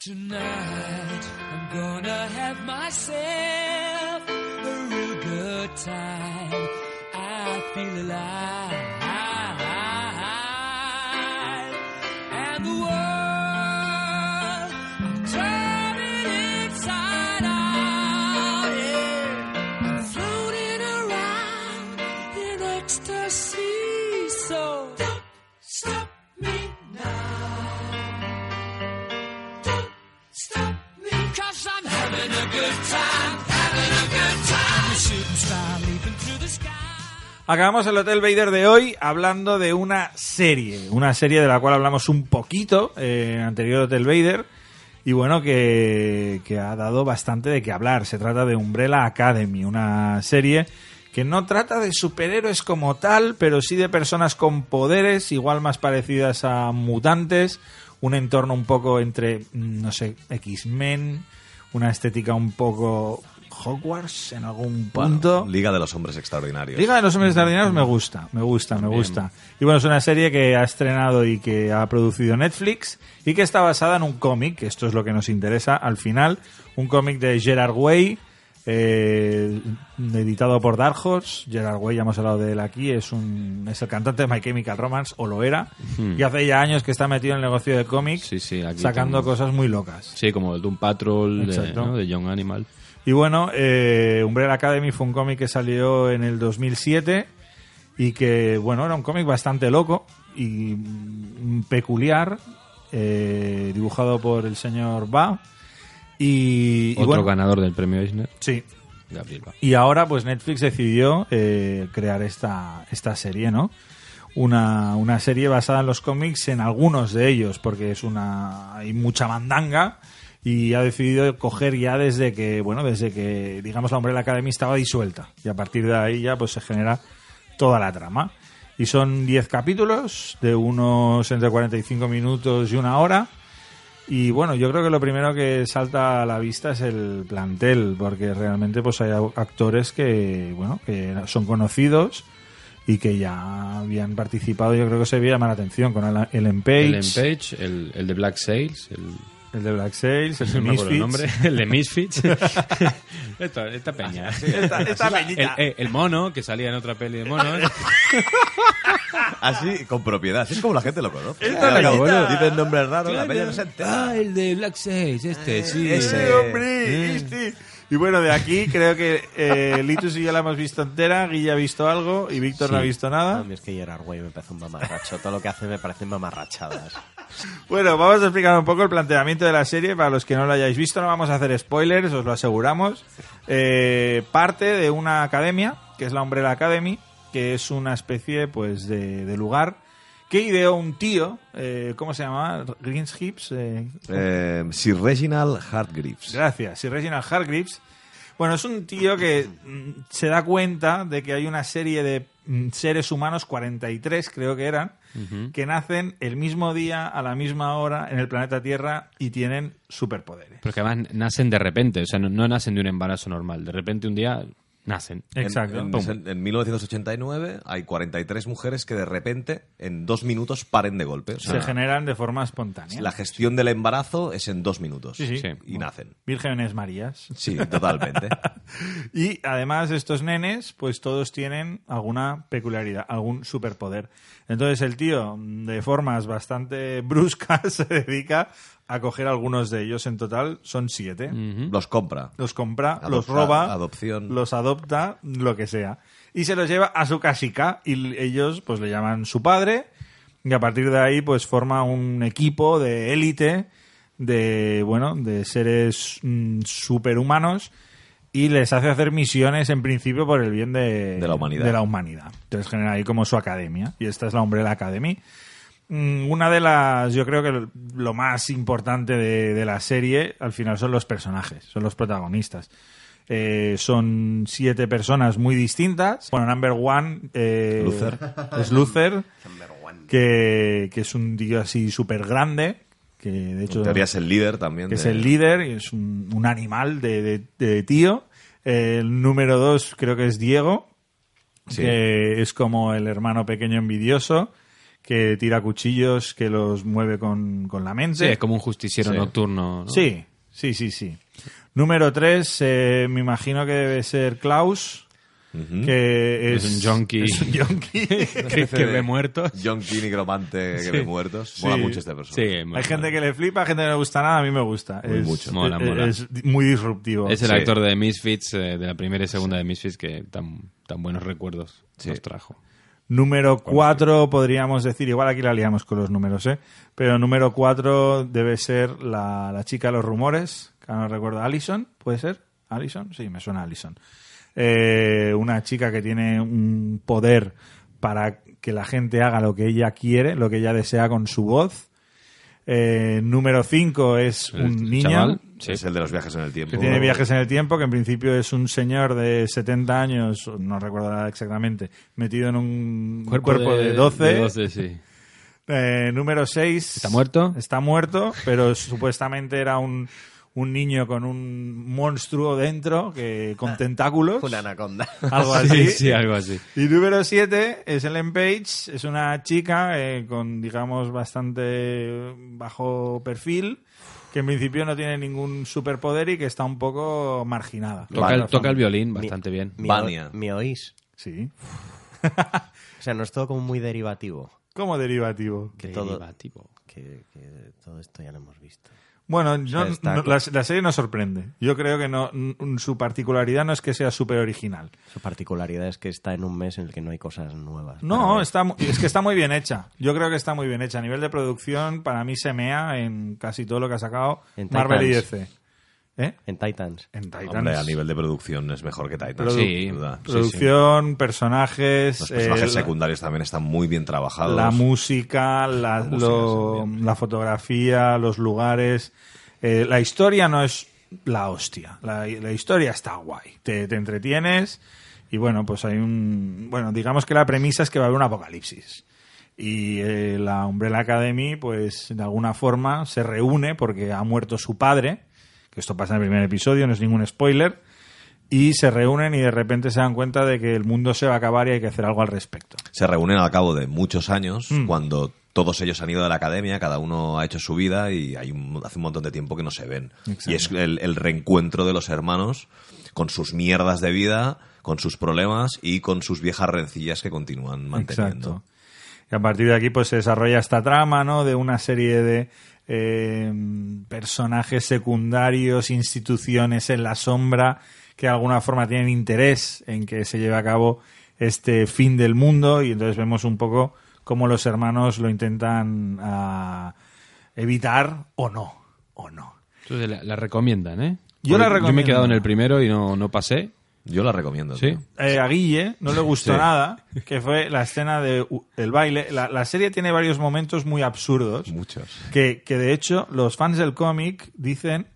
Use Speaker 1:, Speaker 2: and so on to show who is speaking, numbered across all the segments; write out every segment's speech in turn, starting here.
Speaker 1: Tonight, I'm gonna have myself a real good time. I feel alive. And the world, I'm turning inside out. Yeah. I'm floating around in ecstasy. So don't stop me now. Don't stop me, cause I'm having a good time, having a good time. I'm a shooting star leaping through the sky.
Speaker 2: Acabamos el Hotel Vader de hoy hablando de una serie, una serie de la cual hablamos un poquito eh, en el anterior Hotel Vader y bueno, que, que ha dado bastante de qué hablar. Se trata de Umbrella Academy, una serie que no trata de superhéroes como tal, pero sí de personas con poderes, igual más parecidas a mutantes, un entorno un poco entre, mm, no sé, X-Men, una estética un poco Hogwarts en algún
Speaker 3: Bueno,
Speaker 2: punto.
Speaker 3: Liga de los Hombres Extraordinarios.
Speaker 2: Liga de los Hombres Extraordinarios me gusta, me gusta, me gusta. Y bueno, es una serie que ha estrenado y que ha producido Netflix y que está basada en un cómic, esto es lo que nos interesa al final, un cómic de Gerard Way, eh, editado por Dark Horse. Gerard Way, ya hemos hablado de él aquí, es, un, es el cantante de My Chemical Romance, o lo era, y hace ya años que está metido en el negocio de cómics,
Speaker 4: Sí, sí, aquí
Speaker 2: sacando
Speaker 4: tengo-
Speaker 2: cosas muy locas.
Speaker 4: Sí, como el Doom Patrol de,
Speaker 2: Exacto.
Speaker 4: ¿no? de Young Animal.
Speaker 2: Y bueno, eh, Umbrella Academy fue un cómic que salió en el 2007 y que, bueno, era un cómic bastante loco y mm, peculiar, eh, dibujado por el señor Bao. Y, y
Speaker 4: Otro
Speaker 2: bueno,
Speaker 4: ganador del premio Eisner,
Speaker 2: sí.
Speaker 4: Gabriel Ba.
Speaker 2: Y ahora, pues Netflix decidió eh, crear esta, esta serie, ¿no? Una, una serie basada en los cómics, en algunos de ellos, porque es una. hay mucha mandanga. Y ha decidido coger ya desde que, bueno, desde que, digamos, la Umbrella Academy estaba disuelta. Y a partir de ahí ya, pues se genera toda la trama. Y son 10 capítulos, de unos entre 45 minutos y una hora. Y bueno, yo creo que lo primero que salta a la vista es el plantel, porque realmente pues hay au- actores que, bueno, que son conocidos y que ya habían participado, yo creo que se veía llamar la atención con Alan- Ellen Page,
Speaker 4: El Page, el, el de Black Sails, el,
Speaker 2: el de Black Sails, el de
Speaker 4: no me acuerdo
Speaker 2: Misfits.
Speaker 4: el nombre, el de Misfits. esta, esta peña.
Speaker 2: esta- esta
Speaker 4: La-
Speaker 2: peñita.
Speaker 4: el, eh, el mono, que salía en otra peli de monos.
Speaker 3: Así, con propiedad. Así es como la gente lo conoce.
Speaker 2: Esta
Speaker 3: Claro,
Speaker 2: rayita.
Speaker 3: bueno, Eh, dicen nombres raros, la peña no se entera.
Speaker 4: ah, el de Black Sails, este, sí.
Speaker 3: ese.
Speaker 2: ¡Eh, hombre! este. Y bueno, de aquí creo que eh, Litus y yo la hemos visto entera, Guilla ha visto algo y Víctor no ha visto
Speaker 5: A
Speaker 2: nada.
Speaker 5: mí es que Gerard Way me parece un mamarracho. Todo lo que hace me parecen mamarrachadas.
Speaker 2: Bueno, vamos a explicar un poco el planteamiento de la serie. Para los que no lo hayáis visto, no vamos a hacer spoilers, os lo aseguramos. Eh, parte de una academia, que es la Umbrella Academy, que es una especie pues de, de lugar que ideó un tío, eh, ¿cómo se llamaba? Greens Hips.
Speaker 3: Eh, Sir Reginald Hargreaves.
Speaker 2: Gracias. Sir Reginald Hargreaves. Bueno, es un tío que mm, se da cuenta de que hay una serie de mm, seres humanos, 43 creo que eran, que nacen el mismo día, a la misma hora, en el planeta Tierra y tienen superpoderes.
Speaker 4: Porque además nacen de repente, o sea, no, no nacen de un embarazo normal. De repente un día nacen.
Speaker 3: En-
Speaker 2: Exacto.
Speaker 3: En,
Speaker 2: Pum.
Speaker 3: en 1989 hay 43 mujeres que de repente, en dos minutos, paren de golpe. O sea,
Speaker 2: se generan de forma espontánea.
Speaker 3: Ah. la gestión del embarazo es en dos minutos.
Speaker 2: Sí, sí.
Speaker 4: Sí.
Speaker 3: Y nacen.
Speaker 2: Vírgenes Marías.
Speaker 3: Sí, totalmente.
Speaker 2: Y además estos nenes, pues todos tienen alguna peculiaridad, algún superpoder. Entonces el tío, de formas bastante bruscas, se dedica a coger algunos de ellos. En total son siete.
Speaker 3: Los compra.
Speaker 2: Los compra,
Speaker 3: Adopta-
Speaker 2: los roba,
Speaker 3: adopción.
Speaker 2: los adopta, lo que sea. Y se los lleva a su casica y l- ellos pues le llaman su padre y a partir de ahí pues forma un equipo de élite de, bueno, de seres mm, superhumanos y les hace hacer misiones en principio por el bien de,
Speaker 3: De la humanidad.
Speaker 2: de la humanidad. Entonces genera ahí como su academia y esta es la Umbrella Academy. Mm, Una de las, yo creo que lo más importante de, de la serie al final son los personajes, son los protagonistas. Eh, son siete personas muy distintas. Bueno, number one eh,
Speaker 3: Luther.
Speaker 2: es Luther, que, que es un tío así súper grande, que de hecho
Speaker 3: En teoría es el líder también.
Speaker 2: que
Speaker 3: de-
Speaker 2: es el líder y es un, un animal de, de- de tío. El número dos creo que es Diego,
Speaker 3: Sí.
Speaker 2: que es como el hermano pequeño envidioso, que tira cuchillos, que los mueve con, con la mente.
Speaker 4: Sí, es como un justiciero
Speaker 3: Sí.
Speaker 4: nocturno. ¿no?
Speaker 2: sí, sí, sí, sí. Número tres, eh, me imagino que debe ser Klaus,
Speaker 3: Ujú.
Speaker 2: que es,
Speaker 4: Es un junkie.
Speaker 2: es un yonki que, que ve muertos.
Speaker 3: John Keane, Gromante, que
Speaker 2: Sí.
Speaker 3: ve muertos. Mola
Speaker 2: Sí.
Speaker 3: mucho este personaje.
Speaker 4: Sí,
Speaker 2: Hay gente que le flipa, gente que no le gusta nada, a mí me gusta.
Speaker 3: Muy
Speaker 2: es,
Speaker 3: mucho.
Speaker 4: Mola,
Speaker 2: es-
Speaker 4: mola.
Speaker 2: es muy disruptivo.
Speaker 4: Es el
Speaker 3: Sí.
Speaker 4: actor de Misfits, eh, de la primera y segunda de Misfits, que tan, tan buenos recuerdos
Speaker 3: Sí.
Speaker 4: nos trajo.
Speaker 2: Número 4, podríamos decir, igual aquí la liamos con los números, ¿eh? Pero número 4 debe ser la, la chica de los rumores, que ahora no recuerdo, Allison, ¿puede ser? Allison, sí, me suena a Allison. Eh, una chica que tiene un poder para que la gente haga lo que ella quiere, lo que ella desea con su voz. Eh, número 5 es
Speaker 4: El
Speaker 2: un niño
Speaker 4: chaval, sí.
Speaker 3: Es el de los viajes en el tiempo.
Speaker 2: que tiene viajes en el tiempo, que en principio es un señor de 70 años, no recuerdo la edad exactamente, metido en un cuerpo, de, 12.
Speaker 4: de 12, sí.
Speaker 2: Eh, número 6.
Speaker 4: ¿Está muerto?
Speaker 2: Está muerto, pero supuestamente era un, un niño con un monstruo dentro, que con tentáculos.
Speaker 5: Una anaconda.
Speaker 2: Algo así.
Speaker 4: Sí, sí, algo así.
Speaker 2: Y número 7 es Ellen Page, es una chica eh, con, digamos, bastante bajo perfil, que en principio no tiene ningún superpoder y que está un poco marginada.
Speaker 4: Toca el,
Speaker 2: Vale.
Speaker 4: toca el violín bastante bien.
Speaker 5: ¿Me,
Speaker 3: Vania.
Speaker 5: o- me oís?
Speaker 2: Sí.
Speaker 5: O sea, no es todo como muy derivativo.
Speaker 2: Como derivativo.
Speaker 5: Que todo, que, que todo esto ya lo hemos visto.
Speaker 2: Bueno, yo-
Speaker 5: Está-
Speaker 2: no- la, la serie nos sorprende. Yo creo que no, n- su particularidad no es que sea súper original.
Speaker 5: Su particularidad es que está en un mes en el que no hay cosas nuevas. para
Speaker 2: No,
Speaker 5: ver.
Speaker 2: está, mu- es que está muy bien hecha. Yo creo que está muy bien hecha. A nivel de producción, para mí se mea en casi todo lo que ha sacado
Speaker 5: En
Speaker 2: Marvel y
Speaker 5: Titans.
Speaker 2: DC. ¿Eh?
Speaker 5: En Titans.
Speaker 2: En Titans.
Speaker 3: Hombre, a nivel de producción es mejor que Titan.
Speaker 2: Produ-
Speaker 4: Sí.
Speaker 3: sin duda.
Speaker 2: producción, personajes,
Speaker 3: Los personajes
Speaker 2: eh, la-
Speaker 3: secundarios también están muy bien trabajados.
Speaker 2: la música, la,
Speaker 3: La música
Speaker 2: lo-
Speaker 3: es bien.
Speaker 2: la fotografía, los lugares. Eh, la historia no es la hostia. La, la historia está guay. Te, te entretienes y bueno, pues hay un... Bueno, digamos que la premisa es que va a haber un apocalipsis. Y eh, la Umbrella Academy, pues de alguna forma se reúne porque ha muerto su padre, que esto pasa en el primer episodio, no es ningún spoiler, y se reúnen y de repente se dan cuenta de que el mundo se va a acabar y hay que hacer algo al respecto.
Speaker 3: se reúnen al cabo de muchos años,
Speaker 2: Hmm.
Speaker 3: cuando todos ellos han ido de la academia, cada uno ha hecho su vida y hay un- hace un montón de tiempo que no se ven. Y es el, el reencuentro de los hermanos con sus mierdas de vida, con sus problemas y con sus viejas rencillas que continúan manteniendo.
Speaker 2: Exacto. Y a partir de aquí pues se desarrolla esta trama, ¿no? De una serie de eh, personajes secundarios, instituciones en la sombra que de alguna forma tienen interés en que se lleve a cabo este fin del mundo y entonces vemos un poco cómo los hermanos lo intentan ah, evitar o no, o no.
Speaker 4: Entonces la, la recomiendan, ¿eh?
Speaker 2: Yo la
Speaker 4: Yo me he
Speaker 2: recomiendo.
Speaker 4: quedado en el primero y no, no pasé.
Speaker 3: Yo la recomiendo.
Speaker 4: Sí.
Speaker 3: tío.
Speaker 2: eh, a Guille no le gustó
Speaker 3: Sí.
Speaker 2: nada, que fue la escena del baile. La, la serie tiene varios momentos muy absurdos.
Speaker 3: Muchos.
Speaker 2: Que, que, de hecho los fans del cómic dicen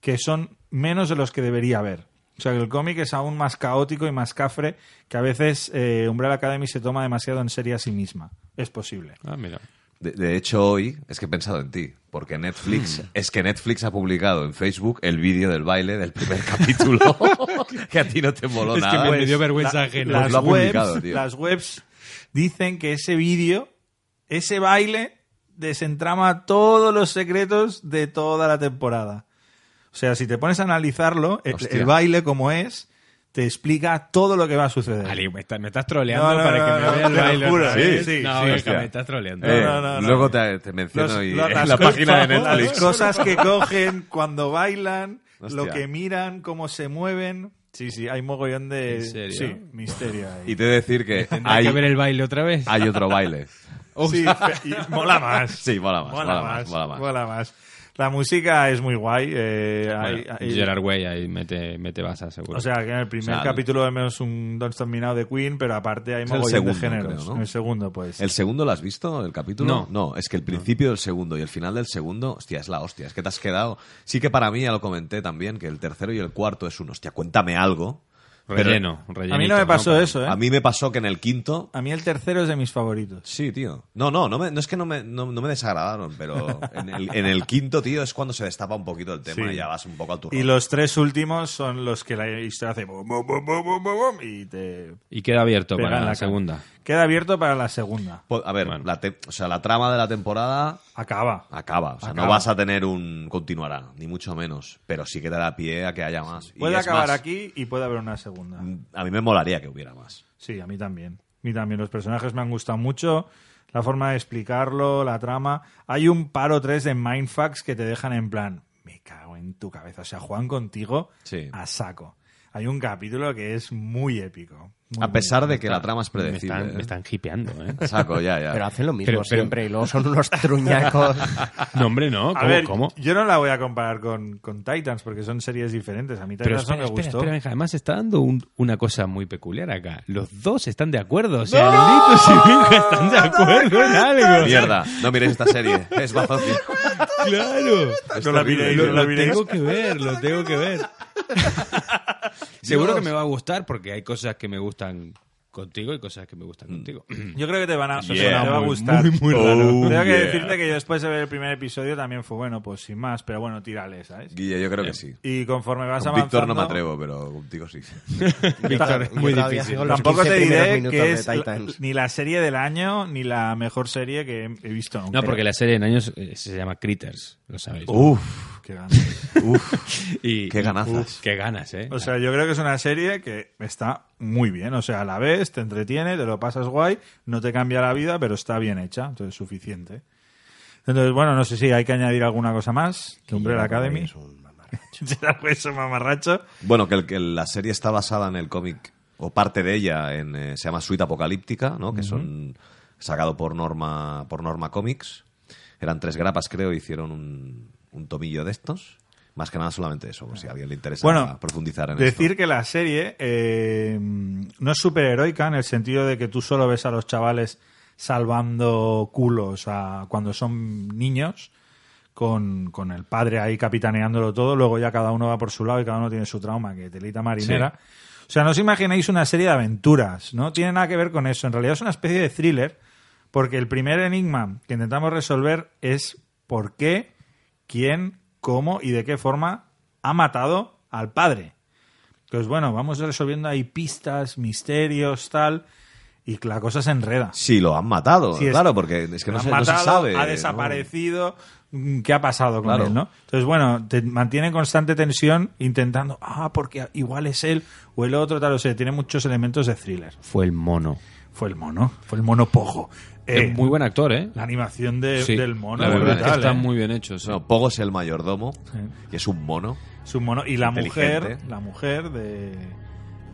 Speaker 2: que son menos de los que debería haber. O sea, que el cómic es aún más caótico y más cafre que a veces eh, Umbrella Academy se toma demasiado en serie a sí misma. Es posible.
Speaker 4: Ah, mira.
Speaker 3: De, de hecho, hoy es que he pensado en ti, porque Netflix, es que Netflix ha publicado en Facebook el vídeo del baile del primer capítulo, que a ti no te moló nada. pues,
Speaker 4: me- me dio vergüenza
Speaker 2: La-
Speaker 4: ajena.
Speaker 2: Las,
Speaker 3: Lo ha publicado,
Speaker 2: webs,
Speaker 3: tío.
Speaker 2: las webs dicen que ese vídeo, ese baile, desentrama todos los secretos de toda la temporada. O sea, si te pones a analizarlo, el,
Speaker 3: Hostia.
Speaker 2: el baile como es, te explica todo lo que va a suceder.
Speaker 4: Ali, me, está- me estás troleando
Speaker 2: No, no,
Speaker 4: para
Speaker 2: no,
Speaker 4: que me
Speaker 2: no,
Speaker 4: vea el
Speaker 2: te lo
Speaker 4: baile.
Speaker 2: juro,
Speaker 4: otra vez.
Speaker 2: sí, sí,
Speaker 4: no,
Speaker 2: sí,
Speaker 4: venga,
Speaker 3: hostia.
Speaker 4: me estás troleando.
Speaker 3: Eh,
Speaker 2: No, no, no.
Speaker 3: Luego te, te menciono
Speaker 2: Los-
Speaker 3: y,
Speaker 2: lo- las
Speaker 3: la
Speaker 2: cosas-
Speaker 3: página de
Speaker 2: las
Speaker 3: Netflix.
Speaker 2: cosas que cogen cuando bailan, lo
Speaker 3: Hostia.
Speaker 2: que miran, cómo se mueven. Sí, sí, hay mogollón de
Speaker 4: ¿En serio?
Speaker 2: sí, misterio ahí.
Speaker 3: Y te he de decir que
Speaker 4: Hay
Speaker 3: hay,
Speaker 4: que ver el baile otra vez.
Speaker 3: hay otro baile.
Speaker 2: Sí, fe- y mola más.
Speaker 3: Sí, mola más, mola más, mola más.
Speaker 2: mola más. La música es muy guay. eh, hay-
Speaker 4: Bueno,
Speaker 2: hay-
Speaker 4: Gerard Way ahí mete, mete basa, seguro.
Speaker 2: o sea, que en el primer
Speaker 3: O sea,
Speaker 2: capítulo vemos un Don't Stop Me Now de Queen, pero aparte hay
Speaker 3: Es el
Speaker 2: mogollón de
Speaker 3: segundo,
Speaker 2: géneros.
Speaker 3: creo, ¿no?
Speaker 2: En el segundo, pues.
Speaker 3: ¿El segundo lo has visto, el capítulo?
Speaker 4: No.
Speaker 3: es que el principio del segundo y el final del segundo, hostia, es la hostia. Es que te has quedado. Sí que para mí, ya lo comenté también, que el tercero y el cuarto es un hostia, cuéntame algo. pero
Speaker 4: relleno, relleno.
Speaker 2: a mí no me pasó eso, ¿eh?
Speaker 3: A mí me pasó que en el quinto.
Speaker 2: A mí el tercero es de mis favoritos.
Speaker 3: Sí, tío. No, no, no, me- no es que no me, no, no me desagradaron, pero en el, en el quinto, tío, es cuando se destapa un poquito el tema
Speaker 2: Sí.
Speaker 3: y ya vas un poco al tu
Speaker 2: Y
Speaker 3: rollo.
Speaker 2: los tres últimos son los que la historia hace bum, bum, bum, bum, bum, bum, bum, y te
Speaker 4: Y queda abierto
Speaker 2: pega en
Speaker 4: para
Speaker 2: la
Speaker 4: la
Speaker 2: cara.
Speaker 4: segunda.
Speaker 2: Queda abierto para la segunda.
Speaker 3: Po- Pues, A ver,
Speaker 4: Bueno.
Speaker 3: la te- o sea, la trama de la temporada
Speaker 2: Acaba.
Speaker 3: acaba. O sea, no
Speaker 2: Acaba.
Speaker 3: vas a tener un continuará, ni mucho menos. Pero sí que te da pie a que haya más. Y
Speaker 2: Puede
Speaker 3: es
Speaker 2: acabar
Speaker 3: más, Mm.
Speaker 2: aquí y puede haber una segunda.
Speaker 3: A mí me molaría que hubiera más.
Speaker 2: Sí, a mí también. A mí también. Los personajes me han gustado mucho. La forma de explicarlo, la trama. Hay un par o tres de mindfucks que te dejan en plan, me cago en tu cabeza. O sea, Juan contigo
Speaker 3: Sí.
Speaker 2: a saco. Hay un capítulo que es muy épico. Muy,
Speaker 3: a
Speaker 2: muy
Speaker 3: pesar de que la trama es
Speaker 4: Me
Speaker 3: predecible.
Speaker 4: están, me
Speaker 3: ¿eh?
Speaker 4: están hipeando, ¿eh?
Speaker 3: Saco, ya, ya.
Speaker 5: Pero hacen lo mismo
Speaker 4: Pero- pero-
Speaker 5: siempre y luego son unos truñacos.
Speaker 4: No, hombre, no.
Speaker 2: épico.
Speaker 4: ¿Cómo?
Speaker 2: A ver,
Speaker 4: cómo?
Speaker 2: yo no la voy a comparar con, con Titans porque son series diferentes. A mí
Speaker 4: Pero
Speaker 2: Titans
Speaker 4: espera,
Speaker 2: no me
Speaker 4: espera,
Speaker 2: gustó.
Speaker 4: espera, Benja, además está dando un- una cosa muy peculiar acá. Los dos están de acuerdo. O sea, Litos y Benja están de acuerdo en algo.
Speaker 3: Mierda, no miréis esta serie. Es bazofia.
Speaker 4: Claro.
Speaker 3: Es
Speaker 2: No la
Speaker 3: terrible,
Speaker 2: miréis,
Speaker 3: tío.
Speaker 2: no
Speaker 4: Lo,
Speaker 2: la
Speaker 4: lo
Speaker 2: miréis.
Speaker 4: tengo que ver, lo tengo que ver. Seguro que me va a gustar porque hay cosas que me gustan contigo y cosas que me
Speaker 2: Mm.
Speaker 4: gustan contigo.
Speaker 2: Yo creo que te van a,
Speaker 3: Yeah.
Speaker 2: te va a
Speaker 3: Muy,
Speaker 2: gustar. Oh,
Speaker 4: muy, muy
Speaker 3: raro.
Speaker 2: Tengo que
Speaker 3: Yeah.
Speaker 2: decirte que yo después de ver el primer episodio también fue bueno, pues sin más, pero bueno, tírale, ¿sabes?
Speaker 3: Guille, yo creo que sí.
Speaker 2: Y conforme vas
Speaker 3: Con
Speaker 2: avanzando...
Speaker 3: Víctor no me atrevo, pero contigo sí.
Speaker 4: Víctor, es
Speaker 5: Yo
Speaker 4: muy
Speaker 5: todavía
Speaker 4: difícil.
Speaker 5: sigo los
Speaker 2: Tampoco
Speaker 5: 15
Speaker 2: te
Speaker 5: primeros
Speaker 2: diré
Speaker 5: minutos
Speaker 2: que
Speaker 5: de
Speaker 2: es la-
Speaker 5: Titans.
Speaker 2: ni la serie del año ni la mejor serie que he he visto nunca.
Speaker 4: No, porque la serie en años eh, se llama Critters, lo sabéis.
Speaker 2: Uf, qué ganas.
Speaker 4: y,
Speaker 3: qué ganazas.
Speaker 4: Uf, qué ganas, ¿eh?
Speaker 2: O sea, yo creo que es una serie que está muy bien. O sea, la ves, te entretiene, te lo pasas guay, no te cambia la vida, pero está bien hecha, entonces suficiente. Entonces, bueno, no sé si hay que añadir alguna cosa más. de Umbrella Academy.
Speaker 5: Es un mamarracho.
Speaker 2: Gerard Way es un mamarracho.
Speaker 3: Bueno, que, el- que la serie está basada en el cómic, o parte de ella, en, eh, se llama Suite Apocalíptica, ¿no? que son sacado por Norma, por Norma Comics. Eran tres grapas, creo, y hicieron un, un tomillo de estos. Más que nada solamente eso, por si a alguien le interesa
Speaker 2: Bueno,
Speaker 3: profundizar en
Speaker 2: Decir
Speaker 3: esto.
Speaker 2: que la serie eh, no es superheroica en el sentido de que tú solo ves a los chavales salvando culos a, cuando son niños, con, con el padre ahí capitaneándolo todo, luego ya cada uno va por su lado y cada uno tiene su trauma, que telita marinera. O sea, no os imagináis una serie de aventuras, no tiene nada que ver con eso. En realidad es una especie de thriller, porque el primer enigma que intentamos resolver es por qué, quién, cómo y de qué forma ha matado al padre. Pues bueno, vamos resolviendo ahí pistas, misterios, tal, y la cosa se enreda.
Speaker 3: Sí, lo han matado,
Speaker 2: Sí, es-
Speaker 3: claro, porque es que
Speaker 2: Lo
Speaker 3: no
Speaker 2: han
Speaker 3: se, no se
Speaker 2: matado,
Speaker 3: sabe.
Speaker 2: ha
Speaker 3: ¿no?
Speaker 2: desaparecido. mm, ¿Qué ha pasado con
Speaker 3: Claro.
Speaker 2: él, no? Entonces, bueno, te mantiene en constante tensión intentando, ah, porque igual es él o el otro, tal, o sea, tiene muchos elementos de thriller.
Speaker 4: Fue el mono.
Speaker 2: Fue el mono, fue el mono pojo. Eh,
Speaker 4: es muy buen actor, ¿eh?
Speaker 2: La animación de-
Speaker 4: Sí,
Speaker 2: del mono
Speaker 4: La
Speaker 2: es
Speaker 4: verdad es
Speaker 2: brutal,
Speaker 4: que está
Speaker 2: eh.
Speaker 4: muy bien hecho. sí.
Speaker 3: Bueno, Pogo es el mayordomo, que es un mono.
Speaker 2: Es un mono. Y la
Speaker 3: Inteligente.
Speaker 2: mujer, la mujer de,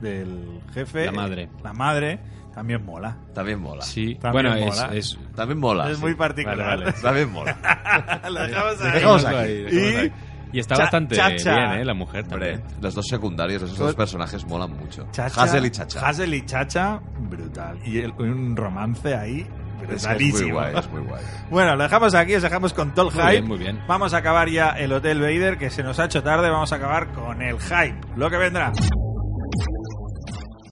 Speaker 2: del jefe. eh,
Speaker 4: La madre.
Speaker 2: La madre también mola.
Speaker 3: También mola.
Speaker 4: Sí.
Speaker 2: También
Speaker 4: Bueno,
Speaker 2: mola.
Speaker 4: es, es-
Speaker 3: También mola.
Speaker 2: es
Speaker 3: sí.
Speaker 2: muy particular.
Speaker 4: Vale, vale.
Speaker 3: También mola.
Speaker 2: La dejamos ahí.
Speaker 3: Dejamos
Speaker 4: ahí,
Speaker 3: aquí.
Speaker 4: dejamos
Speaker 2: Y-
Speaker 4: ahí. Y está
Speaker 2: Cha-
Speaker 4: bastante
Speaker 2: chacha.
Speaker 4: bien, ¿eh? La mujer
Speaker 3: Hombre,
Speaker 4: también.
Speaker 3: los dos secundarios, esos dos personajes molan mucho.
Speaker 2: Chacha,
Speaker 3: Hazel y Chacha.
Speaker 2: Hazel y Chacha, brutal. Y el- un romance ahí,
Speaker 3: Es, que es muy
Speaker 2: brutalísimo.
Speaker 3: guay, es muy guay.
Speaker 2: Bueno, lo dejamos aquí, os dejamos con todo el
Speaker 4: Muy
Speaker 2: hype.
Speaker 4: bien, muy bien.
Speaker 2: Vamos a acabar ya el Hotel Vader, que se nos ha hecho tarde. Vamos a acabar con el hype, lo que vendrá.